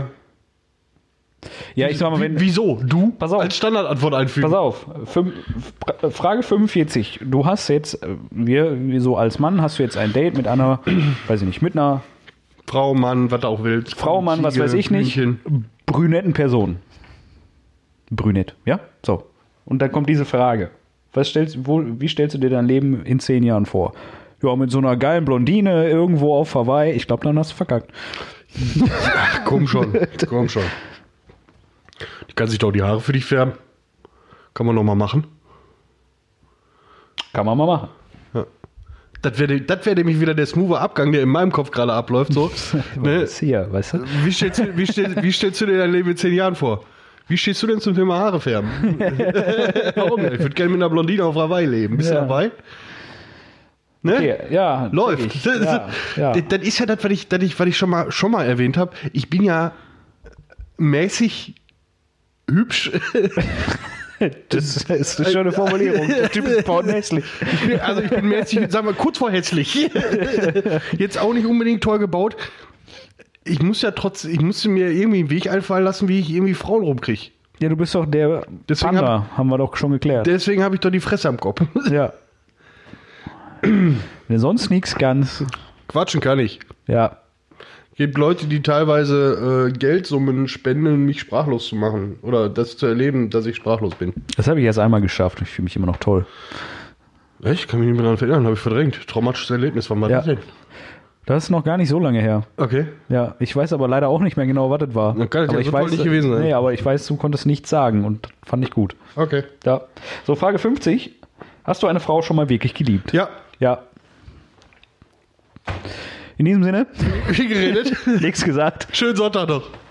Speaker 1: Ja, ich sag mal, wenn.
Speaker 2: wieso? Du
Speaker 1: Pass auf.
Speaker 2: als Standardantwort einfügen.
Speaker 1: Pass auf, fünf, Fra- Frage 45. Du hast jetzt, äh, wir, wir so als Mann, hast du jetzt ein Date mit einer, weiß ich nicht, mit einer
Speaker 2: Frau, Mann, was du auch willst.
Speaker 1: Frau, Mann, was
Speaker 2: Ziege,
Speaker 1: weiß ich nicht,
Speaker 2: Hühnchen.
Speaker 1: brünetten Person. Brünett, ja? So. Und dann kommt diese Frage. Was stellst, wo, wie stellst du dir dein Leben in zehn Jahren vor? Ja, mit so einer geilen Blondine irgendwo auf Hawaii. Ich glaube, dann hast du verkackt.
Speaker 2: Ach, komm schon, komm schon. Die kann sich doch die Haare für dich färben. Kann man noch mal machen.
Speaker 1: Kann man mal machen.
Speaker 2: Das wäre das wär nämlich wieder der smoothe Abgang, der in meinem Kopf gerade abläuft. So. ne?
Speaker 1: Was hier, weißt du?
Speaker 2: Wie stellst, du, wie, stellst, wie stellst du dir dein Leben in zehn Jahren vor? Wie stehst du denn zum Thema Haare färben? Warum denn? Ich würde gerne mit einer Blondine auf Hawaii leben. Bist
Speaker 1: Ja.
Speaker 2: du dabei? Ne?
Speaker 1: Okay, ja.
Speaker 2: Läuft.
Speaker 1: wirklich.
Speaker 2: Das,
Speaker 1: Ja, ja.
Speaker 2: das- das ist ja das, was ich, das ich, was ich schon, mal, schon mal erwähnt habe. Ich bin ja mäßig hübsch.
Speaker 1: Das ist eine schöne Formulierung. Der Typ ist Paul Nestle.
Speaker 2: Also ich bin mäßig, sagen wir, kurz vor hässlich. Jetzt auch nicht unbedingt toll gebaut. Ich muss ja trotzdem, ich musste mir irgendwie einen Weg einfallen lassen, wie ich irgendwie Frauen rumkriege.
Speaker 1: Ja, du bist doch der
Speaker 2: Deswegen
Speaker 1: Panda, haben wir doch schon geklärt.
Speaker 2: Deswegen habe ich doch die Fresse am Kopf.
Speaker 1: Ja. Wenn sonst nichts ganz.
Speaker 2: Quatschen kann ich.
Speaker 1: Ja.
Speaker 2: Gibt Leute, die teilweise äh, Geldsummen spenden, um mich sprachlos zu machen. Oder das zu erleben, dass ich sprachlos bin.
Speaker 1: Das habe ich erst einmal geschafft. Ich fühle mich immer noch toll.
Speaker 2: Echt? Kann mich nicht mehr daran erinnern, habe ich verdrängt. Traumatisches Erlebnis, wann war
Speaker 1: Ja.
Speaker 2: das denn?
Speaker 1: Das ist noch gar nicht so lange her.
Speaker 2: Okay.
Speaker 1: Ja, ich weiß aber leider auch nicht mehr genau, was das war.
Speaker 2: Na, kann das
Speaker 1: aber
Speaker 2: ja sofort nicht gewesen sein.
Speaker 1: Nee, aber ich weiß, du konntest nichts sagen und fand ich gut.
Speaker 2: Okay.
Speaker 1: Ja. So, Frage 50. Hast du eine Frau schon mal wirklich geliebt?
Speaker 2: Ja,
Speaker 1: Ja. In diesem Sinne,
Speaker 2: viel geredet.
Speaker 1: nichts gesagt.
Speaker 2: Schönen Sonntag noch.